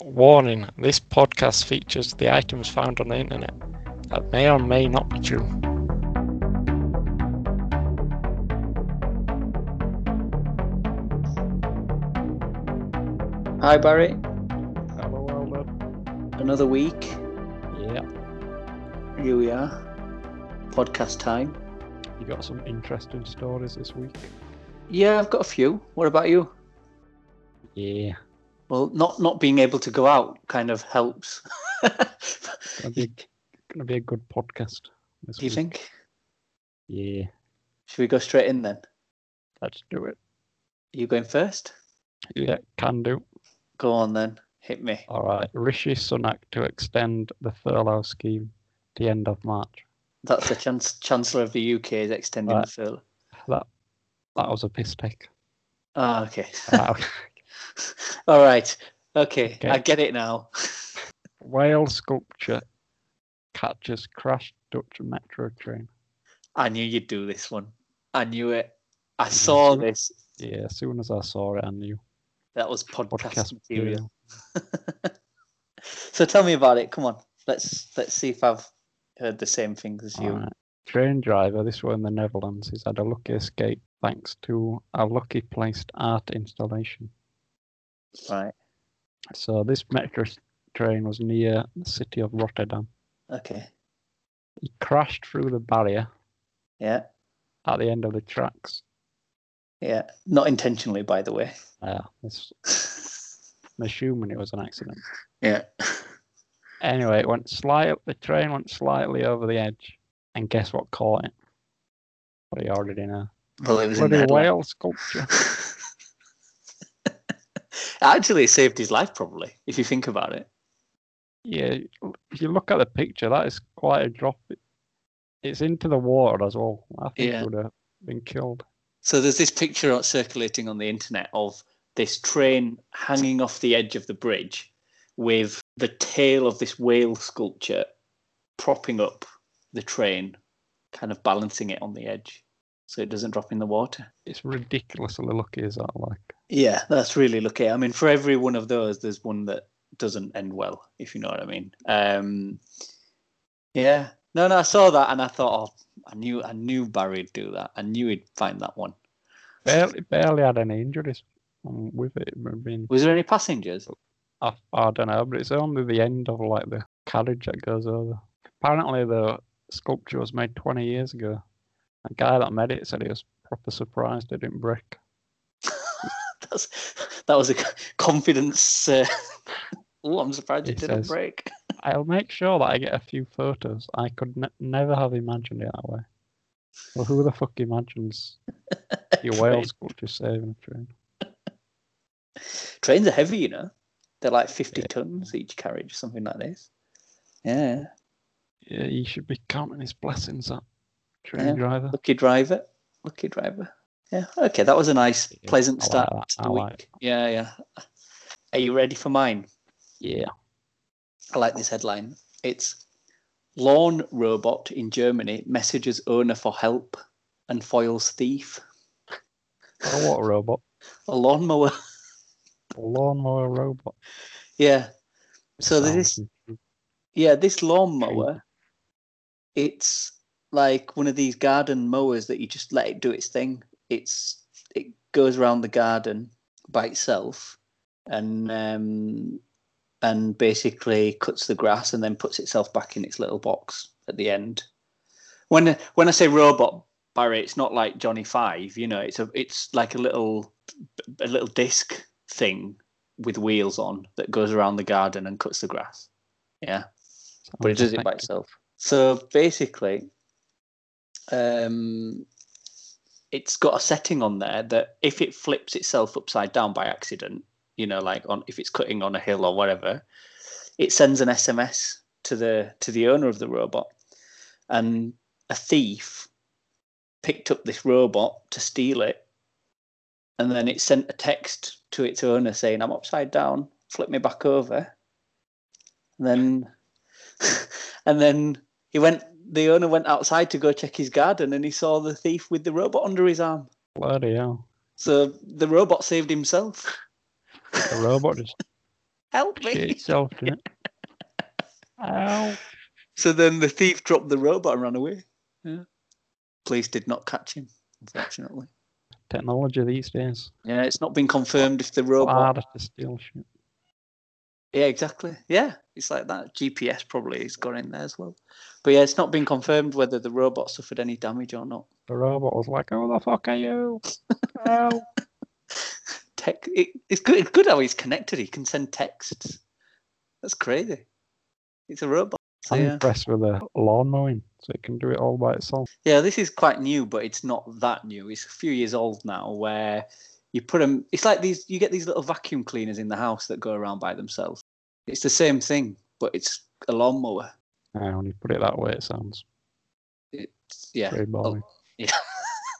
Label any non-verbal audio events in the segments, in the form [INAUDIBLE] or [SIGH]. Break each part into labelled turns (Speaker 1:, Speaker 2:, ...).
Speaker 1: Warning this podcast features the items found on the internet that may or may not be true.
Speaker 2: Hi Barry,
Speaker 1: Hello, Albert.
Speaker 2: another week.
Speaker 1: Yeah,
Speaker 2: Here we are, podcast time.
Speaker 1: you got some interesting stories this week.
Speaker 2: Yeah, I've got a few. What about you?
Speaker 1: Yeah,
Speaker 2: Well, not not being able to go out kind of helps. [LAUGHS] Do
Speaker 1: gonna be, gonna be a good podcast. This
Speaker 2: you
Speaker 1: week.
Speaker 2: think?
Speaker 1: Yeah,
Speaker 2: Should we go straight in then?
Speaker 1: let's do it.
Speaker 2: You going first?
Speaker 1: Yeah, can do.
Speaker 2: Go on then. Hit me.
Speaker 1: All right, Rishi Sunak to extend the furlough scheme to the end of March.
Speaker 2: That's the chan- Chancellor of the UK is extending
Speaker 1: Right.
Speaker 2: the furlough.
Speaker 1: That that was a piss take.
Speaker 2: Ah, okay. [LAUGHS]
Speaker 1: Wow.
Speaker 2: All right. Okay,
Speaker 1: Okay.
Speaker 2: I get it now.
Speaker 1: Whale sculpture catches crashed Dutch metro train.
Speaker 2: I knew you'd do this one. I knew it. I saw
Speaker 1: Mhm.
Speaker 2: this.
Speaker 1: Yeah, as soon as I saw it, I knew
Speaker 2: That was
Speaker 1: podcast
Speaker 2: podcast material.
Speaker 1: material.
Speaker 2: So tell me about it. Come on, let's let's see if I've heard the same things as you.
Speaker 1: Alright. Train driver, this one in the Netherlands, has had a lucky escape thanks to a lucky placed art installation.
Speaker 2: Right.
Speaker 1: So this metro s- train was near the city of Rotterdam.
Speaker 2: Okay.
Speaker 1: He crashed through the barrier
Speaker 2: Yeah.
Speaker 1: at the end of the tracks.
Speaker 2: Yeah. Not intentionally, by the way.
Speaker 1: Uh, this, I'm assuming it was an accident.
Speaker 2: [LAUGHS] Yeah.
Speaker 1: Anyway, it went slight. The train went slightly over the edge, and guess what caught it? What he already know.
Speaker 2: Well, it was in
Speaker 1: Bloody
Speaker 2: the headlight.
Speaker 1: whale sculpture.
Speaker 2: Actually, it saved his life probably. If you think about it.
Speaker 1: Yeah, if you look at the picture, that is quite a drop. It- It's into the water as well. I think
Speaker 2: Yeah.
Speaker 1: he would have been killed.
Speaker 2: So there's this picture out circulating on the internet of this train hanging off the edge of the bridge with the tail of this whale sculpture propping up the train, kind of balancing it on the edge so it doesn't drop in the water.
Speaker 1: It's ridiculously lucky, is that like?
Speaker 2: Yeah, that's really lucky. I mean, for every one of those, there's one that doesn't end well, if you know what I mean. Um, yeah. No, no, I saw that and I thought, oh, I knew, I knew Barry'd do that. I knew he'd find that one.
Speaker 1: Barely, barely had any injuries um, with it. I mean,
Speaker 2: Was there any passengers? [LAUGHS]
Speaker 1: I, I don't know, but it's only the end of like the carriage that goes over. Apparently, the sculpture was made 20 years ago. A guy that made it said he was proper surprised it didn't break.
Speaker 2: That's, that was a confidence. Uh, [LAUGHS] oh, I'm surprised it
Speaker 1: It
Speaker 2: didn't
Speaker 1: says-
Speaker 2: break.
Speaker 1: I'll make sure that I get a few photos. I could ne- never have imagined it that way. Well, who the fuck
Speaker 2: [LAUGHS]
Speaker 1: imagines your whale sculpture saving a train?
Speaker 2: Trains are heavy, you know. They're like 50
Speaker 1: Yeah.
Speaker 2: tons each carriage, something like this. Yeah.
Speaker 1: Yeah, he should be counting his blessings, that train
Speaker 2: Yeah.
Speaker 1: driver.
Speaker 2: Lucky driver. Lucky driver. Yeah. Okay. That was a nice,
Speaker 1: Yeah, I
Speaker 2: pleasant
Speaker 1: like
Speaker 2: start
Speaker 1: that,
Speaker 2: to the
Speaker 1: I
Speaker 2: week.
Speaker 1: like
Speaker 2: Yeah. Yeah. Are you ready for mine?
Speaker 1: Yeah.
Speaker 2: I like this headline. It's Lawn Robot in Germany messages owner for help and foils thief.
Speaker 1: A water robot.
Speaker 2: A lawnmower. [LAUGHS]
Speaker 1: A lawnmower robot.
Speaker 2: Yeah. So
Speaker 1: Sounds
Speaker 2: this-
Speaker 1: intriguing.
Speaker 2: Yeah, this lawnmower, it's like one of these garden mowers that you just let it do its thing. It's it goes around the garden by itself, and um, and basically cuts the grass and then puts itself back in its little box at the end. When when I say robot Barry, it's not like Johnny Five. You know, it's a it's like a little a little disc thing with wheels on that goes around the garden and cuts the grass. Yeah but it
Speaker 1: Sounds
Speaker 2: does it by
Speaker 1: effective.
Speaker 2: itself. So basically, um, it's got a setting on there that if it flips itself upside down by accident, you know, like on if it's cutting on a hill or whatever, it sends an SMS to the to the owner of the robot, and a thief picked up this robot to steal it, and then it sent a text to its owner saying, "I'm upside down, flip me back over." And then [LAUGHS] and then he went the owner went outside to go check his garden and he saw the thief with the robot under his arm
Speaker 1: Bloody hell.
Speaker 2: so the robot saved himself [LAUGHS]
Speaker 1: The robot just
Speaker 2: Help
Speaker 1: Shit
Speaker 2: me.
Speaker 1: itself, didn't it? Ow.
Speaker 2: [LAUGHS] So then the thief dropped the robot and ran away. Yeah. Police did not catch him, unfortunately.
Speaker 1: Technology these days.
Speaker 2: Yeah, it's not been confirmed if the
Speaker 1: It's
Speaker 2: robot.
Speaker 1: harder to steal shit.
Speaker 2: Yeah, exactly. Yeah, it's like that. GPS probably has gone in there as well. But yeah, it's not been confirmed whether the robot suffered any damage or not.
Speaker 1: The robot was like, "Who the fuck are
Speaker 2: [LAUGHS]
Speaker 1: you?" Ow.
Speaker 2: Tech, it, it's good. It's good how he's connected. He can send texts. That's crazy. It's a robot. So,
Speaker 1: I'm
Speaker 2: yeah.
Speaker 1: impressed with the lawn mowing, so it can do it all by itself.
Speaker 2: Yeah, this is quite new, but it's not that new. It's a few years old now. Where you put them, it's like these. You get these little vacuum cleaners in the house that go around by themselves. It's the same thing, but it's a lawnmower.
Speaker 1: And when you put it that way, it sounds
Speaker 2: It's, yeah, Oh,
Speaker 1: pretty boring.
Speaker 2: yeah.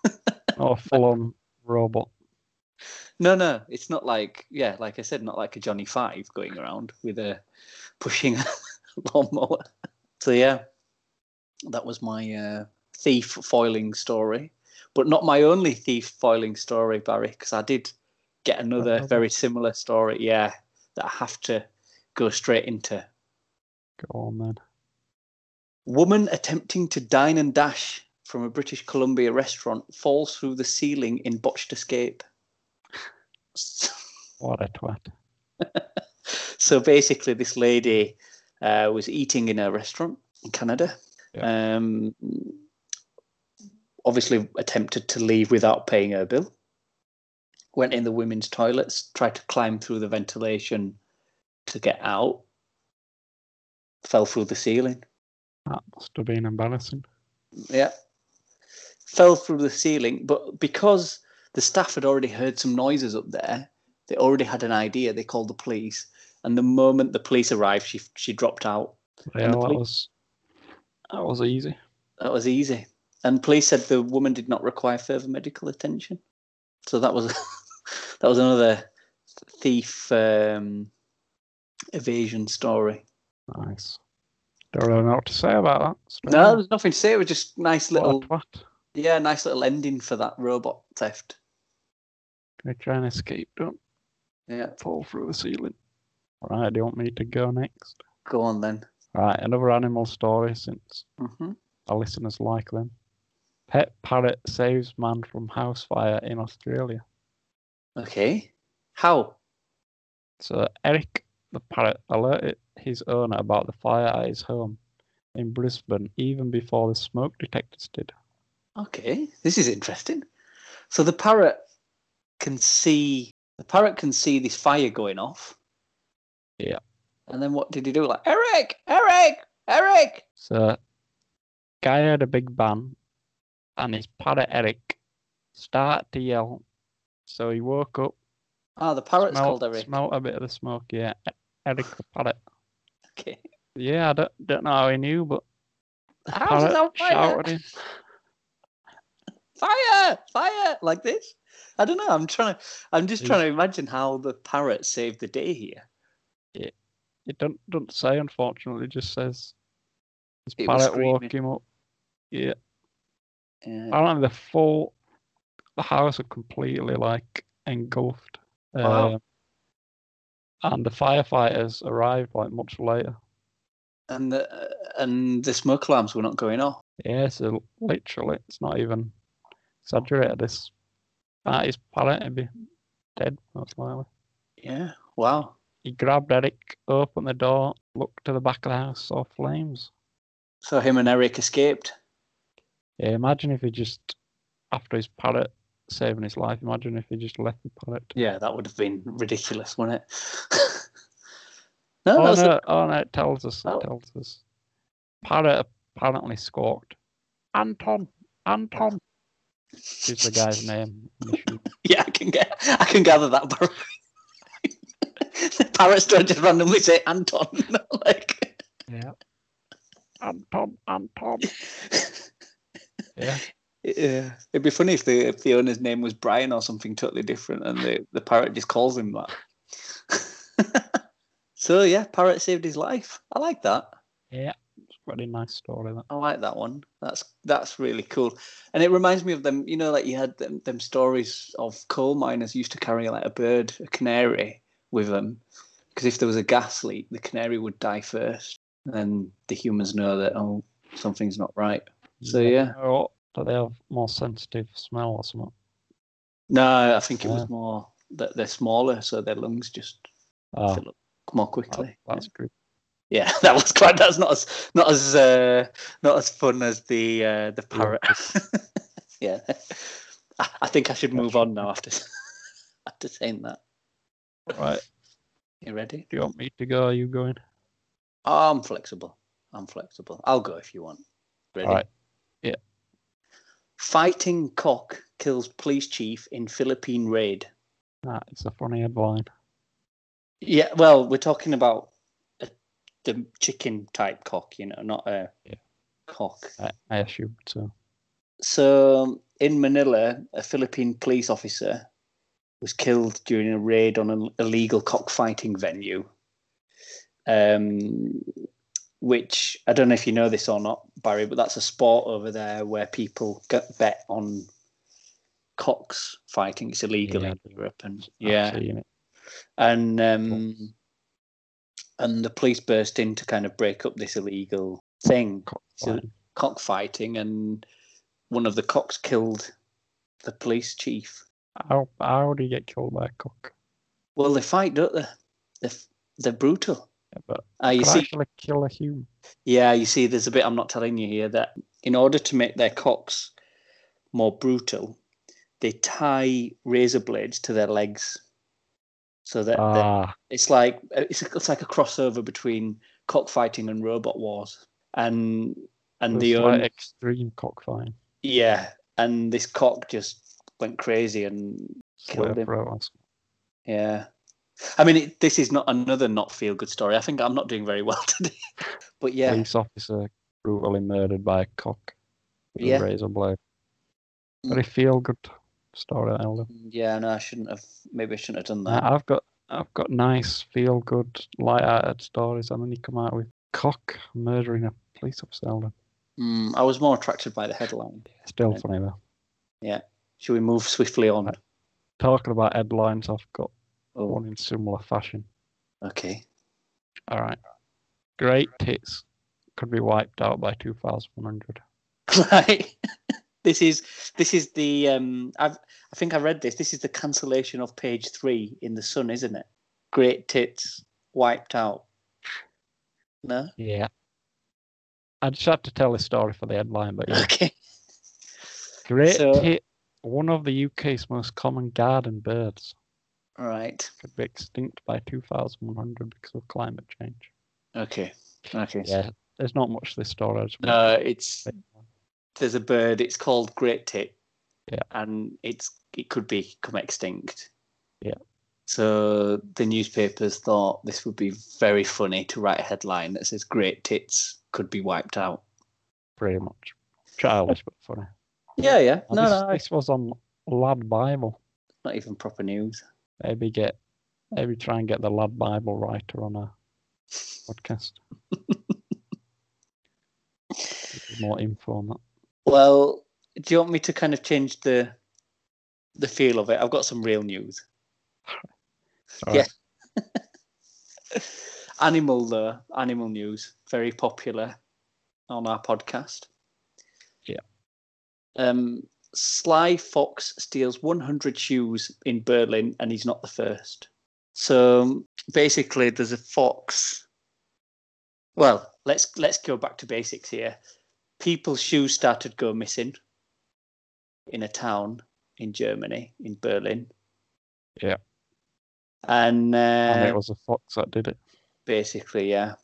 Speaker 2: [LAUGHS]
Speaker 1: Not a full-on robot.
Speaker 2: No, no, it's not like yeah, like I said, not like a Johnny Five going around with a pushing a [LAUGHS] lawnmower. So yeah, that was my uh, thief foiling story, but not my only thief foiling story, Barry, because I did get another
Speaker 1: Another?
Speaker 2: very similar story. Yeah, that I have to go straight into.
Speaker 1: Go on, then.
Speaker 2: Woman attempting to dine and dash from a British Columbia restaurant falls through the ceiling in botched escape. [LAUGHS]
Speaker 1: What a twat.
Speaker 2: so basically, this lady uh, was eating in a restaurant in Canada. Um, obviously, attempted to leave without paying her bill. Went in the women's toilets, tried to climb through the ventilation to get out. Fell through the ceiling.
Speaker 1: That must have been embarrassing.
Speaker 2: Yeah. Fell through the ceiling, but because the staff had already heard some noises up there, they already had an idea. They called the police, and the moment the police arrived, she she dropped out.
Speaker 1: Yeah,
Speaker 2: the
Speaker 1: that
Speaker 2: police-
Speaker 1: was that was easy.
Speaker 2: That was easy. And police said the woman did not require further medical attention. So that was [LAUGHS] that was another thief um, evasion story.
Speaker 1: Nice. Don't really know what to say about that. Straight
Speaker 2: No,
Speaker 1: away.
Speaker 2: there's nothing to say. It was just nice
Speaker 1: What a
Speaker 2: little,
Speaker 1: twat.
Speaker 2: yeah, nice little ending for that robot theft.
Speaker 1: Gonna try and escape. Don't
Speaker 2: Yeah,
Speaker 1: fall through the ceiling. Right, do you want me to go next?
Speaker 2: go on then.
Speaker 1: Right, another animal story since
Speaker 2: hmm
Speaker 1: our listeners like them. Pet parrot saves man from house fire in Australia.
Speaker 2: Okay. How?
Speaker 1: So Eric the parrot alerted his owner about the fire at his home in Brisbane even before the smoke detectors did.
Speaker 2: Okay, this is interesting. So the parrot can see the parrot can see this fire going off.
Speaker 1: Yeah.
Speaker 2: And then what did he do? Like Eric, Eric, Eric.
Speaker 1: So guy had a big bang and his parrot Eric started to yell. So he woke up,
Speaker 2: Ah, the parrot's
Speaker 1: smelled,
Speaker 2: called Eric.
Speaker 1: smelled a bit of the smoke, yeah. E- Eric the parrot.
Speaker 2: Okay. [LAUGHS]
Speaker 1: Yeah, I don't, don't know how he knew, but the
Speaker 2: How
Speaker 1: parrot
Speaker 2: does that fire?
Speaker 1: shouted him.
Speaker 2: Fire, fire, like this. I don't know. I'm trying to. I'm just
Speaker 1: He's-
Speaker 2: trying to imagine how the parrot saved the day here.
Speaker 1: It don't, don't say, unfortunately, it just says his
Speaker 2: It was
Speaker 1: parrot woke him up. Yeah.
Speaker 2: Yeah.
Speaker 1: Apparently, the full the house was completely like engulfed.
Speaker 2: Wow.
Speaker 1: Um, and the firefighters arrived like much later.
Speaker 2: And the and the smoke alarms were not going off.
Speaker 1: Yeah, so literally, it's not even exaggerated. This that is parrot would be dead most likely.
Speaker 2: Yeah. Wow.
Speaker 1: He grabbed Eric, opened the door, looked to the back of the house, saw flames.
Speaker 2: So him and Eric escaped.
Speaker 1: Yeah, imagine if he just after his parrot saving his life. Imagine if he just left the parrot.
Speaker 2: Yeah, that would have been ridiculous, wouldn't it? [LAUGHS] no, that
Speaker 1: oh,
Speaker 2: was
Speaker 1: no, oh no, it tells us. It
Speaker 2: Oh.
Speaker 1: tells us. Parrot apparently squawked. Anton, Anton is the guy's
Speaker 2: [LAUGHS]
Speaker 1: name. in the shoot.
Speaker 2: yeah, I can get, I can gather that. the [LAUGHS] parrots don't just randomly say Anton, [LAUGHS] like
Speaker 1: yeah. Anton, Anton. Yeah.
Speaker 2: yeah. It'd be funny if the if the owner's name was Brian or something totally different, and the the parrot just calls him [LAUGHS] that. so yeah, parrot saved his life. I like that.
Speaker 1: Yeah. It's a very nice story. That.
Speaker 2: I like that one. That's that's really cool, and it reminds me of them. You know, like you had them, them stories of coal miners used to carry like a bird, a canary, with them, Because if there was a gas leak, the canary would die first, and then the humans know that oh something's not right. So yeah,
Speaker 1: Oh, do they have more sensitive smell or something?
Speaker 2: no, I think it
Speaker 1: Yeah.
Speaker 2: was more that they're smaller, so their lungs just
Speaker 1: Oh,
Speaker 2: fill up more quickly.
Speaker 1: that- that's good.
Speaker 2: Yeah, [LAUGHS] that was quite. That's not as not as uh, not as fun as the uh, the parrot. [LAUGHS] yeah, I, I think I should move on now after [LAUGHS] after saying that.
Speaker 1: Right.
Speaker 2: You ready?
Speaker 1: Do you want me to go? Are you going?
Speaker 2: Oh, I'm flexible. I'm flexible. I'll go if you want. Ready?
Speaker 1: All right. Yeah.
Speaker 2: Fighting cock kills police chief in Philippine raid.
Speaker 1: Nah, it's a funny headline.
Speaker 2: Yeah, well, we're talking about a, the chicken type cock, you know, not a
Speaker 1: Yeah.
Speaker 2: cock.
Speaker 1: I, I assume so.
Speaker 2: So in Manila, a Philippine police officer was killed during a raid on an illegal cockfighting venue. Um, which I don't know if you know this or not, Barry, but that's a sport over there where people get bet on cocks fighting. It's illegal in Europe, and
Speaker 1: I've
Speaker 2: yeah,
Speaker 1: seen it.
Speaker 2: and um, and the police burst in to kind of break up this illegal thing So-
Speaker 1: Fine.
Speaker 2: cockfighting and one of the cocks killed the police chief.
Speaker 1: How, how do you get killed by a cock?
Speaker 2: Well, they fight, don't they? They're, f- they're brutal.
Speaker 1: Yeah, but
Speaker 2: Uh, you
Speaker 1: could
Speaker 2: see,
Speaker 1: actually kill a human.
Speaker 2: yeah, you see, there's a bit I'm not telling you here that in order to make their cocks more brutal, they tie razor blades to their legs. So that that
Speaker 1: Ah,
Speaker 2: it's like it's, it's like a crossover between cockfighting and robot wars. And and
Speaker 1: and
Speaker 2: the
Speaker 1: the like
Speaker 2: own-
Speaker 1: extreme cockfighting.
Speaker 2: yeah, and this cock just went crazy and Killed
Speaker 1: Slave
Speaker 2: him.
Speaker 1: robots.
Speaker 2: Yeah. I mean, it, this is not another not feel good story. I think I'm not doing very well [LAUGHS] today. But yeah,
Speaker 1: Police officer brutally murdered by a cock with
Speaker 2: Yeah.
Speaker 1: a razor blade.
Speaker 2: Mm.
Speaker 1: Very feel good story, Elder.
Speaker 2: yeah, no, I shouldn't have. Maybe I shouldn't have done that.
Speaker 1: Now, I've got I've got nice, feel good, light-hearted stories, and then you come out with cock murdering a police officer. Elder.
Speaker 2: Mm, I was more attracted by the headline.
Speaker 1: Still
Speaker 2: Right.
Speaker 1: funny though.
Speaker 2: Should we move swiftly on?
Speaker 1: Right. Talking about headlines, I've got
Speaker 2: Oh,
Speaker 1: one in similar fashion.
Speaker 2: okay. [LAUGHS]
Speaker 1: All right, great tits could be wiped out by 2,100.
Speaker 2: Right. this is this is the um. I've I think I read this. This is the cancellation of page three in the Sun, isn't it? Great tits wiped out. No.
Speaker 1: Yeah. I just had to tell this story for the headline, but yeah.
Speaker 2: [LAUGHS] Okay.
Speaker 1: Great
Speaker 2: So-
Speaker 1: tit, one of the UK's most common garden birds,
Speaker 2: All right.
Speaker 1: could be extinct by 2,100 because of climate change.
Speaker 2: Okay. Okay.
Speaker 1: Yeah, there's not much to this story. I just
Speaker 2: No, Uh, it's
Speaker 1: wanted to say.
Speaker 2: there's a bird. It's called great tit.
Speaker 1: Yeah.
Speaker 2: And it's it could become extinct.
Speaker 1: Yeah.
Speaker 2: So the newspapers thought this would be very funny to write a headline that says "Great Tits could be wiped out."
Speaker 1: pretty much childish but funny.
Speaker 2: Yeah, yeah.
Speaker 1: And
Speaker 2: No,
Speaker 1: this,
Speaker 2: no, it's
Speaker 1: this was on Lad Bible.
Speaker 2: not even proper news.
Speaker 1: Maybe get, maybe try and get the Lad Bible writer on a podcast. Give more info on that.
Speaker 2: Well, do you want me to kind of change the the feel of it? I've got some real news.
Speaker 1: All
Speaker 2: Yeah. [LAUGHS] Animal though, animal news, very popular on our podcast.
Speaker 1: Yeah.
Speaker 2: Um, Sly Fox steals 100 shoes in Berlin, and he's not the first. So um, basically, there's a fox. Well, let's let's go back to basics here. People's shoes started go missing in a town in Germany, in Berlin.
Speaker 1: Yeah.
Speaker 2: And, uh,
Speaker 1: and it was a fox that did it.
Speaker 2: basically, yeah.
Speaker 1: So,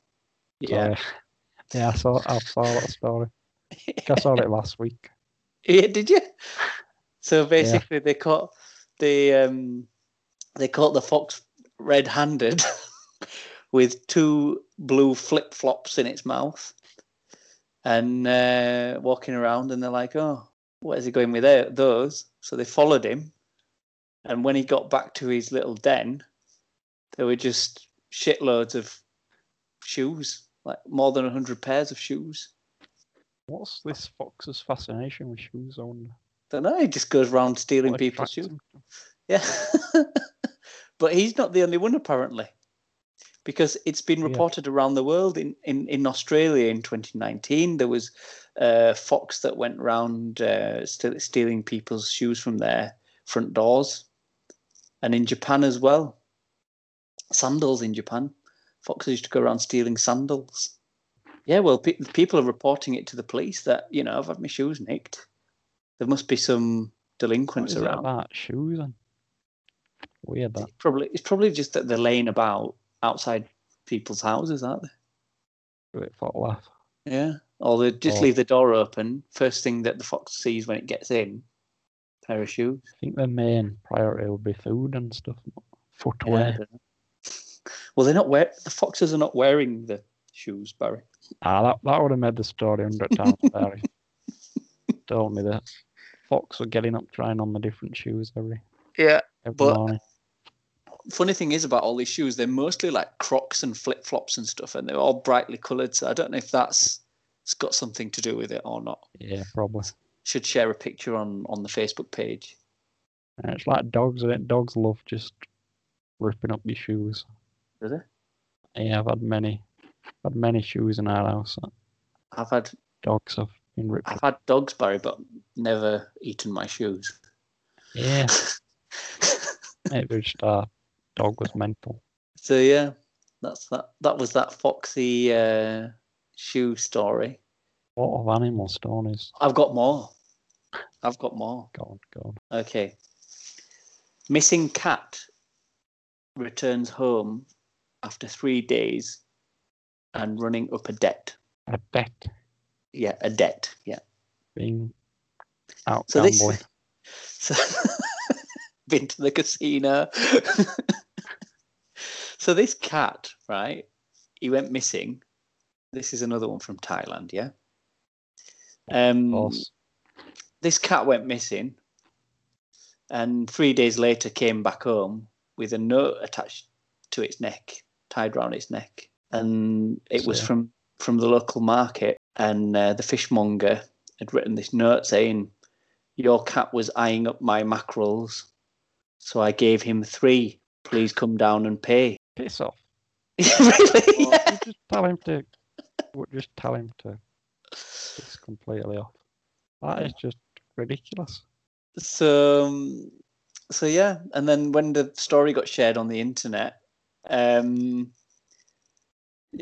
Speaker 2: Yeah.
Speaker 1: yeah, I saw, I saw that story. I saw it last week.
Speaker 2: Yeah, did you? So basically, they caught the um, they caught the fox red-handed [LAUGHS] with two blue flip flops in its mouth, and uh, walking around. And they're like, "Oh, where's he going with tho- those?" So they followed him, and when he got back to his little den, there were just shitloads of shoes, like more than hundred pairs of shoes.
Speaker 1: What's this fox's fascination with shoes on?
Speaker 2: Don't know. He just goes round stealing
Speaker 1: What
Speaker 2: people's
Speaker 1: attracts
Speaker 2: [LAUGHS] shoes.
Speaker 1: him to-
Speaker 2: Yeah. but he's not the only one, apparently. because it's been
Speaker 1: Yeah.
Speaker 2: reported around the world in, in, in Australia in 2019 there was a fox that went round uh, ste- stealing people's shoes from their front doors and in Japan as well sandals in Japan foxes used to go around stealing sandals yeah well pe- people are reporting it to the police that you know I've had my shoes nicked there must be some
Speaker 1: What
Speaker 2: delinquents
Speaker 1: is it
Speaker 2: around
Speaker 1: about shoes and weird that.
Speaker 2: It's probably it's probably just that they're laying about outside people's houses, aren't
Speaker 1: Great for a laugh.
Speaker 2: they? Yeah. Or they just
Speaker 1: Or-
Speaker 2: leave the door open. First thing that the fox sees when it gets in, pair of shoes.
Speaker 1: I think the main priority would be food and stuff, not
Speaker 2: Oh, Yeah, I
Speaker 1: footwear.
Speaker 2: don't know. Well, they're not wear the foxes are not wearing the shoes, Barry.
Speaker 1: Ah, that, that would have made the story 100 times better.
Speaker 2: [LAUGHS]
Speaker 1: if Told me that Fox were getting up trying on the different shoes every,
Speaker 2: Yeah.
Speaker 1: every
Speaker 2: But-
Speaker 1: morning.
Speaker 2: Funny thing is about all these shoes, they're mostly like Crocs and flip flops and stuff, and they're all brightly coloured. So I don't know if that's it's got something to do with it or not.
Speaker 1: Yeah, probably.
Speaker 2: Should share a picture on on the Facebook page.
Speaker 1: And it's like dogs, is it? Dogs love just ripping up your shoes.
Speaker 2: Does it?
Speaker 1: Yeah, I've had many, had many shoes in our house. that
Speaker 2: I've had
Speaker 1: Dogs have been ripped
Speaker 2: I've
Speaker 1: up.
Speaker 2: had dogs, Barry, but never eaten my shoes.
Speaker 1: [LAUGHS] Yeah, it was just our dog was mental.
Speaker 2: so yeah, that's that. That was that foxy uh, shoe story.
Speaker 1: A lot of animal stories.
Speaker 2: I've got more. I've got more.
Speaker 1: Go on, go on.
Speaker 2: Okay. Missing cat returns home after three days and running up a debt.
Speaker 1: I bet
Speaker 2: Yeah, a debt. Yeah.
Speaker 1: being out
Speaker 2: So this-
Speaker 1: gambling.
Speaker 2: So [LAUGHS] been to the casino. [LAUGHS] so this cat, right? He went missing. This is another one from Thailand, yeah. Um,
Speaker 1: Of course.
Speaker 2: this cat went missing, and three days later came back home with a note attached to its neck, tied round its neck, and it was
Speaker 1: So-
Speaker 2: from from the local market. And uh, the fishmonger had written this note saying, "Your cat was eyeing up my mackerels, so I gave him three. Please come down and pay." [LAUGHS]
Speaker 1: Piss off.
Speaker 2: really?
Speaker 1: Well,
Speaker 2: [LAUGHS] Yeah.
Speaker 1: you just tell him to. well, Just tell him to. It's completely off. That is just ridiculous.
Speaker 2: so um, so yeah and then when the story got shared on the internet um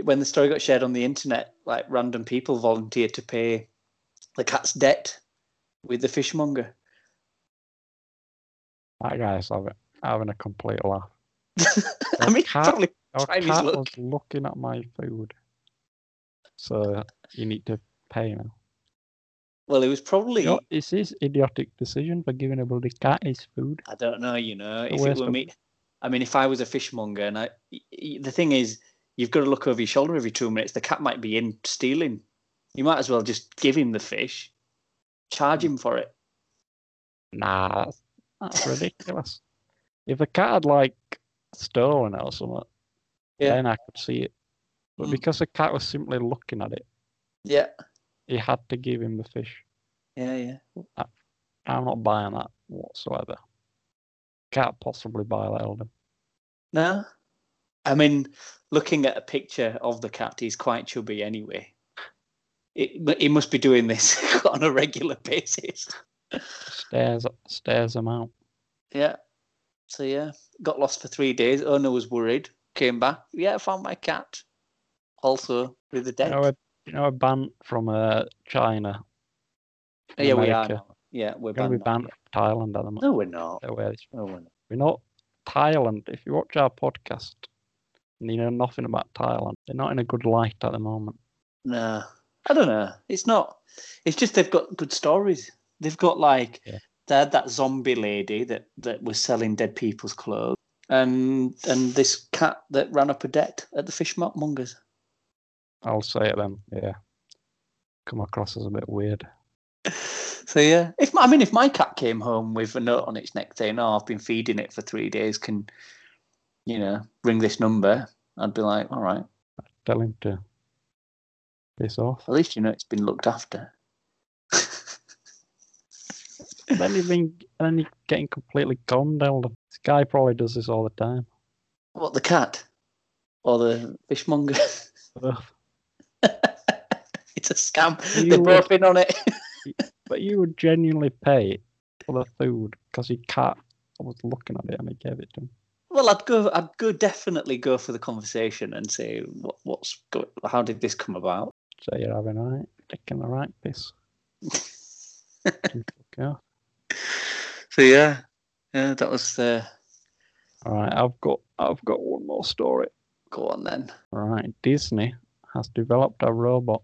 Speaker 2: when the story got shared on the internet like random people volunteered to pay the cat's debt with the fishmonger [LAUGHS]
Speaker 1: That guy's having, having a complete laugh.
Speaker 2: i mean
Speaker 1: cat-
Speaker 2: probably
Speaker 1: Your
Speaker 2: Chinese
Speaker 1: cat
Speaker 2: look.
Speaker 1: was looking at my food, so you need to pay now.
Speaker 2: well it was probably
Speaker 1: Yo, It's his idiotic decision for giving a bloody cat his food.
Speaker 2: I don't know, you know,
Speaker 1: The
Speaker 2: if it
Speaker 1: worst
Speaker 2: were
Speaker 1: of-
Speaker 2: me, I mean, if I was a fishmonger, and I, y- y- the thing is, you've got to look over your shoulder every two minutes. The cat might be in stealing. You might as well just give him the fish, charge him for it.
Speaker 1: Nah, that's,
Speaker 2: [LAUGHS]
Speaker 1: that's ridiculous. If the cat had like stolen it or something,
Speaker 2: Yeah.
Speaker 1: then I could see it. But
Speaker 2: Mm.
Speaker 1: because the cat was simply looking at it,
Speaker 2: Yeah,
Speaker 1: he had to give him the fish.
Speaker 2: yeah, yeah.
Speaker 1: I'm not buying that whatsoever. Can't possibly buy that Eldon.
Speaker 2: No, I mean, looking at a picture of the cat, he's quite chubby anyway. It, but he must be doing this [LAUGHS] on a regular basis.
Speaker 1: Stares stares him out.
Speaker 2: Yeah. So yeah, got lost for three days. Owner was worried. Came back. Yeah, I found my cat. Also with a
Speaker 1: You
Speaker 2: dead.
Speaker 1: know, a, you know, a ban from uh, China.
Speaker 2: Oh, yeah, we are.
Speaker 1: America.
Speaker 2: now. Yeah, we're
Speaker 1: We're going to
Speaker 2: banned.
Speaker 1: be
Speaker 2: now,
Speaker 1: banned
Speaker 2: yeah.
Speaker 1: from Thailand at the moment.
Speaker 2: No, we're not.
Speaker 1: They're weird.
Speaker 2: No, we're not.
Speaker 1: We're not Thailand. If you watch our podcast and you know nothing about Thailand, they're not in a good light at the moment.
Speaker 2: No, I don't know. It's not. It's just they've got good stories. They've got like
Speaker 1: Yeah.
Speaker 2: they had that zombie lady that that was selling dead people's clothes, and and this cat that ran up a debt at the fishmongers.
Speaker 1: I'll say it then. Yeah. Come across as a bit weird.
Speaker 2: [LAUGHS] So yeah, if my- I mean if my cat came home with a note on its neck saying, "Oh, I've been feeding it for three days," can you know ring this number? I'd be like, "All right,
Speaker 1: Tell him to piss off.
Speaker 2: [LAUGHS] at least you know it's been looked after."
Speaker 1: then you've been, then you're getting completely conned, Eldon. This guy probably does this all the time.
Speaker 2: What the cat? or the fishmonger. [LAUGHS]
Speaker 1: Ugh.
Speaker 2: it's a scam.
Speaker 1: You
Speaker 2: They're
Speaker 1: would-
Speaker 2: both in on it.
Speaker 1: But you would genuinely pay for the food because he can't. I was looking at it and he gave it to him.
Speaker 2: Well, I'd go. I'd go definitely go for the conversation and say what, what's go, how did this come about?
Speaker 1: So you're having a right, taking the right piss. You fuck off.
Speaker 2: So yeah, yeah, that was the
Speaker 1: All right, I've got I've got one more story.
Speaker 2: go on then.
Speaker 1: All right, Disney has developed a robot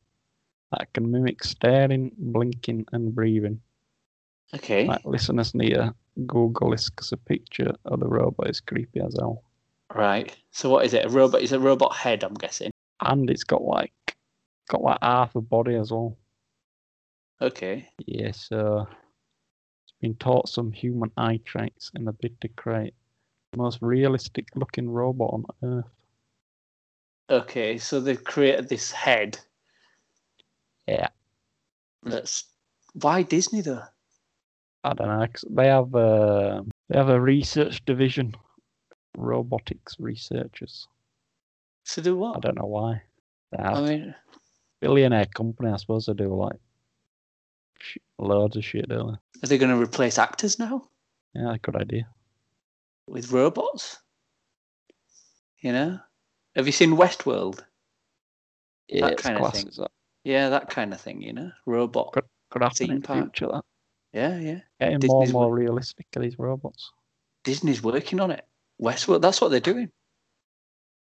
Speaker 1: that can mimic staring, blinking, and breathing.
Speaker 2: Okay,
Speaker 1: Like listeners need to Google this because a picture of the robot is creepy as hell,
Speaker 2: right. So what is it? A robot? It's a robot head, I'm guessing.
Speaker 1: and it's got like got like half a body as well.
Speaker 2: Okay,
Speaker 1: Yes, uh, it's been taught some human eye traits in a bid to create the most realistic looking robot on Earth.
Speaker 2: okay. So they've created this head.
Speaker 1: Yeah.
Speaker 2: That's why Disney though.
Speaker 1: I don't know. They have a they have a research division, robotics researchers.
Speaker 2: To do
Speaker 1: I
Speaker 2: what?
Speaker 1: don't know why. They have
Speaker 2: I mean,
Speaker 1: billionaire company. I suppose they do like sh- loads of shit, don't
Speaker 2: are they going to replace actors now
Speaker 1: they? Yeah, good idea.
Speaker 2: with robots? You know, have you seen Westworld?
Speaker 1: Yeah,
Speaker 2: That kind of thing.
Speaker 1: Is that
Speaker 2: Yeah, that kind of thing, you know, robot.
Speaker 1: Good. could happen in
Speaker 2: Theme
Speaker 1: the
Speaker 2: park.
Speaker 1: future? That
Speaker 2: Yeah, yeah.
Speaker 1: getting more and
Speaker 2: Disney's
Speaker 1: more realistic of these robots.
Speaker 2: Disney's working on it. Westworld, that's what they're doing.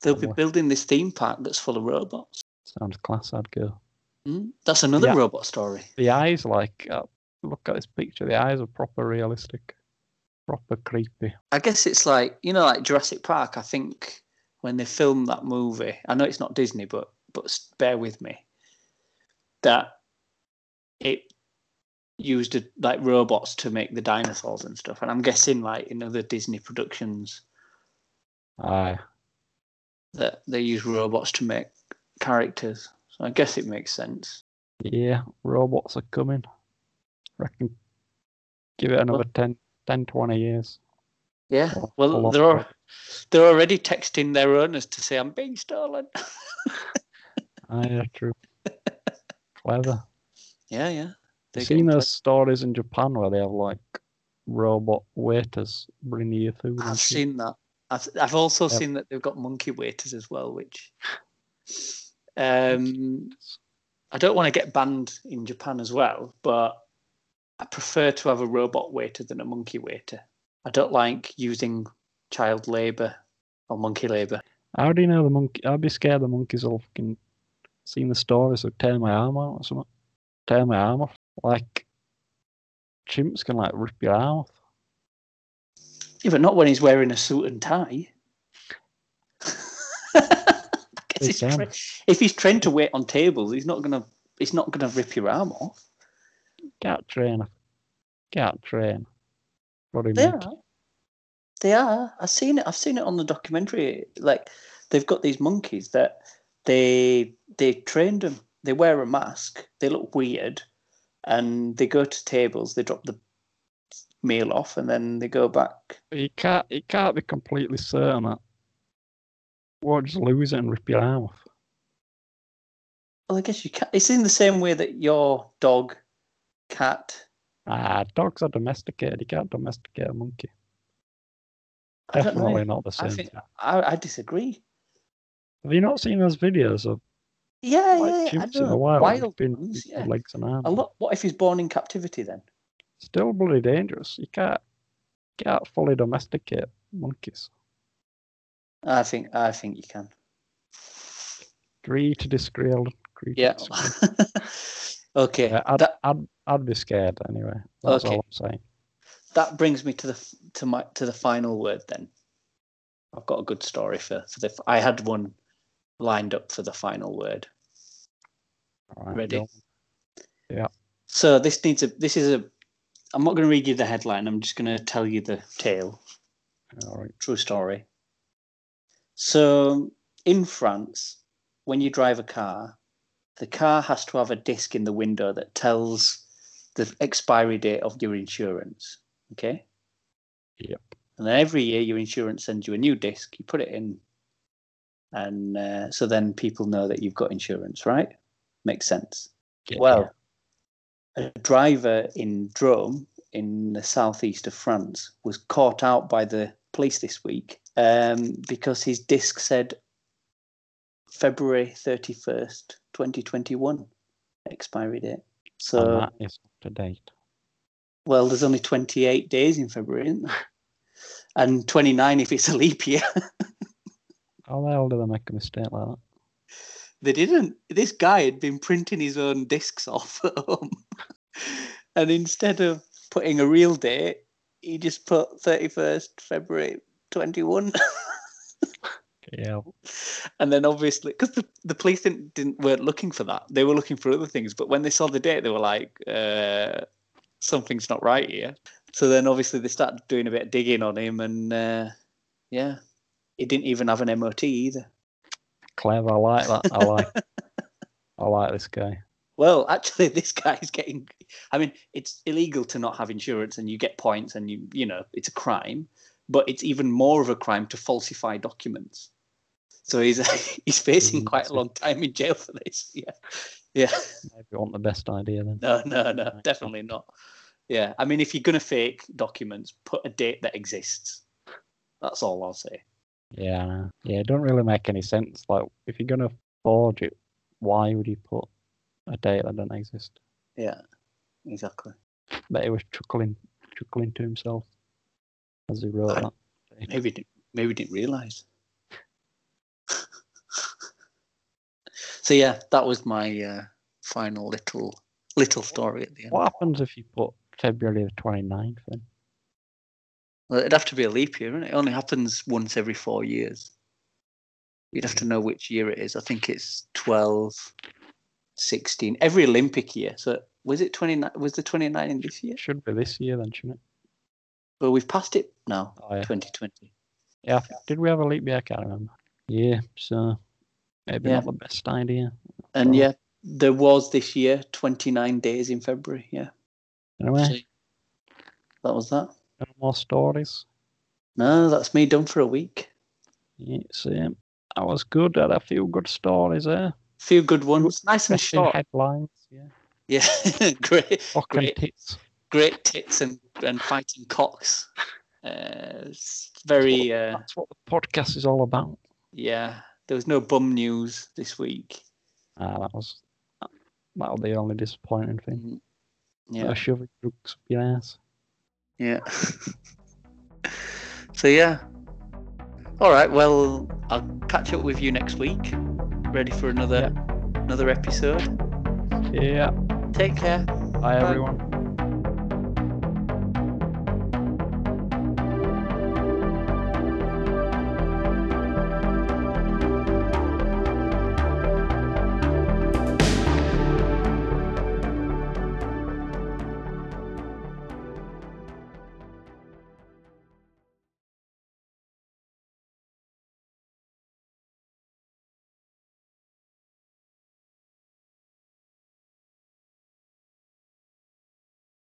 Speaker 2: They'll be
Speaker 1: Lovely.
Speaker 2: building this theme park that's full of robots.
Speaker 1: Sounds class. I'd go.
Speaker 2: Mm, that's another
Speaker 1: Yeah.
Speaker 2: robot story.
Speaker 1: the eyes like uh, look at this picture the eyes are proper realistic proper creepy
Speaker 2: I guess it's like, you know, like Jurassic Park. I think when they filmed that movie, I know it's not Disney, but but s- bear with me, that it used uh, like robots to make the dinosaurs and stuff. And I'm guessing like in other Disney productions,
Speaker 1: aye
Speaker 2: that they use robots to make characters. So I guess it makes sense.
Speaker 1: yeah robots are coming reckon give it another
Speaker 2: Well-
Speaker 1: 10 10 20 years
Speaker 2: Yeah.
Speaker 1: Or- or
Speaker 2: Well,
Speaker 1: lot
Speaker 2: they're al-
Speaker 1: more.
Speaker 2: they're already texting their owners to say I'm being stolen. [LAUGHS]
Speaker 1: aye yeah, true clever
Speaker 2: yeah, yeah.
Speaker 1: you
Speaker 2: They're
Speaker 1: seen
Speaker 2: getting
Speaker 1: those stories in japan where they have like robot waiters bringing you food
Speaker 2: clever.
Speaker 1: and
Speaker 2: I've
Speaker 1: shit?
Speaker 2: seen that. I've I've also
Speaker 1: Yep.
Speaker 2: seen that they've got monkey waiters as
Speaker 1: [LAUGHS]
Speaker 2: well, which um I don't want to get banned in Japan as well, but I prefer to have a robot waiter than a monkey waiter. I don't like using child labor or monkey labor.
Speaker 1: how do you know the monkey i'd be scared the monkeys will fucking seen the stories of tear my arm out or something tear my arm off like chimps can like rip your arm off
Speaker 2: Yeah, but not when he's wearing a suit and tie. [LAUGHS] Because
Speaker 1: They
Speaker 2: he's
Speaker 1: can.
Speaker 2: tra- if he's trained to wait on tables, he's not gonna he's not gonna rip your arm off.
Speaker 1: Can't train. Can't train. Bloody
Speaker 2: They
Speaker 1: monkey.
Speaker 2: are. They are. I've seen it. I've seen it on the documentary. Like they've got these monkeys that they they trained them. They wear a mask. They look weird, and they go to tables. They drop the meal off, and then they go back.
Speaker 1: You can't. You can't be completely certain that. Well, just lose it and rip your arm off.
Speaker 2: Well, I guess you can't. It's in the same way that your dog, cat,
Speaker 1: Ah, dogs are domesticated. You can't domesticate a monkey.
Speaker 2: I don't know.
Speaker 1: Definitely not the
Speaker 2: I
Speaker 1: same.
Speaker 2: think
Speaker 1: thing.
Speaker 2: I, I disagree.
Speaker 1: Have you not seen those videos of
Speaker 2: Yeah,
Speaker 1: like
Speaker 2: yeah, I
Speaker 1: chimps in
Speaker 2: know.
Speaker 1: the wild,
Speaker 2: Wild
Speaker 1: being
Speaker 2: ones,
Speaker 1: with
Speaker 2: yeah.
Speaker 1: legs and arms?
Speaker 2: A lot. What if he's born in captivity then?
Speaker 1: Still bloody dangerous. You can't. Can't fully domesticate monkeys.
Speaker 2: I think I think you can.
Speaker 1: Agree to disagree. I'll agree to
Speaker 2: Yeah.
Speaker 1: disagree.
Speaker 2: [LAUGHS] okay.
Speaker 1: Yeah, I'd,
Speaker 2: that
Speaker 1: I'd, I'd be scared anyway. That's
Speaker 2: Okay.
Speaker 1: all I'm saying.
Speaker 2: that brings me to the f- to my to the final word then. I've got a good story for for the. f- I had one lined up for the final word.
Speaker 1: All right,
Speaker 2: Ready.
Speaker 1: go.
Speaker 2: So this needs a. This is a. I'm not going to read you the headline. I'm just going to tell you the tale.
Speaker 1: All right.
Speaker 2: True story. So in France, when you drive a car, the car has to have a disc in the window that tells the expiry date of your insurance. Okay?
Speaker 1: Yep.
Speaker 2: And then every year your insurance sends you a new disc. You put it in and uh, so then people know that you've got insurance, right? Makes sense.
Speaker 1: Yeah.
Speaker 2: Well, a driver in Drôme in the southeast of France was caught out by the police this week um, because his disc said February 31st, 2021 expiry date. So,
Speaker 1: and that is up to date.
Speaker 2: well, there's only 28 days in February, isn't there? [LAUGHS] And 29 if it's a leap year.
Speaker 1: How the hell do they make a mistake like that?
Speaker 2: they didn't. This guy had been printing his own discs off [LAUGHS] at home. and instead of putting a real date, he just put 31st February 21.
Speaker 1: Yeah,
Speaker 2: [LAUGHS] and then obviously, because the, the police didn't, didn't weren't looking for that, they were looking for other things. But when they saw the date, they were like, uh, something's not right here. So then obviously they started doing a bit of digging on him. And uh, yeah, he didn't even have an MOT either.
Speaker 1: clever. I like that. I
Speaker 2: [LAUGHS]
Speaker 1: like. I like this guy.
Speaker 2: Well, [LAUGHS] actually, this guy's getting. I mean, it's illegal to not have insurance, and you get points, and you you know it's a crime. But it's even more of a crime to falsify documents. So he's [LAUGHS] he's facing quite a long time in jail for this. [LAUGHS] Yeah, yeah.
Speaker 1: Maybe want the best idea then.
Speaker 2: No, no, no. Definitely not. Yeah. I mean, if you're gonna fake documents, put a date that exists. That's all I'll say.
Speaker 1: Yeah, I know. yeah. It don't really make any sense. Like, if you're gonna forge it, why would you put a date that doesn't exist?
Speaker 2: Yeah. Exactly.
Speaker 1: But he was chuckling, chuckling to himself as he wrote
Speaker 2: I-
Speaker 1: that.
Speaker 2: Maybe didn't- maybe didn't realise. [LAUGHS] so yeah, that was my uh, final little little story at the end.
Speaker 1: What happens if you put February the 29th then?
Speaker 2: Well, it'd have to be a leap year, wouldn't it? It only happens once every four years. You'd have to know which year it is. I think it's 12, 16, every Olympic year. So was it 29? Was the 29 in this year?
Speaker 1: It should be this year then, shouldn't it?
Speaker 2: Well, we've passed it now,
Speaker 1: Oh, yeah.
Speaker 2: 2020.
Speaker 1: yeah I think- did we have a leap year? I can't remember. Yeah, so maybe
Speaker 2: Yeah.
Speaker 1: not the best idea.
Speaker 2: And
Speaker 1: Oh.
Speaker 2: yeah, there was this year 29 days in February. Yeah.
Speaker 1: Anyway,
Speaker 2: So that was that.
Speaker 1: no more stories.
Speaker 2: No, that's me done for a week.
Speaker 1: Yeah, same. That was good. Had a few good stories there.
Speaker 2: Few good ones, nice and
Speaker 1: Interesting
Speaker 2: short.
Speaker 1: headlines. Yeah.
Speaker 2: Yeah, [LAUGHS] great,
Speaker 1: Fucking
Speaker 2: Great.
Speaker 1: tits.
Speaker 2: great tits and, and fighting cocks. Uh, it's very uh,
Speaker 1: That's what the podcast is all about.
Speaker 2: yeah. There was no bum news this week.
Speaker 1: Ah, that was that was the only disappointing thing.
Speaker 2: Mhm.
Speaker 1: Yeah.
Speaker 2: Yeah,
Speaker 1: Shoving drugs up your ass.
Speaker 2: yeah. [LAUGHS] so yeah. All right. Well, I'll catch up with you next week. Ready for another another episode.
Speaker 1: Yeah.
Speaker 2: Take care.
Speaker 1: Bye, everyone.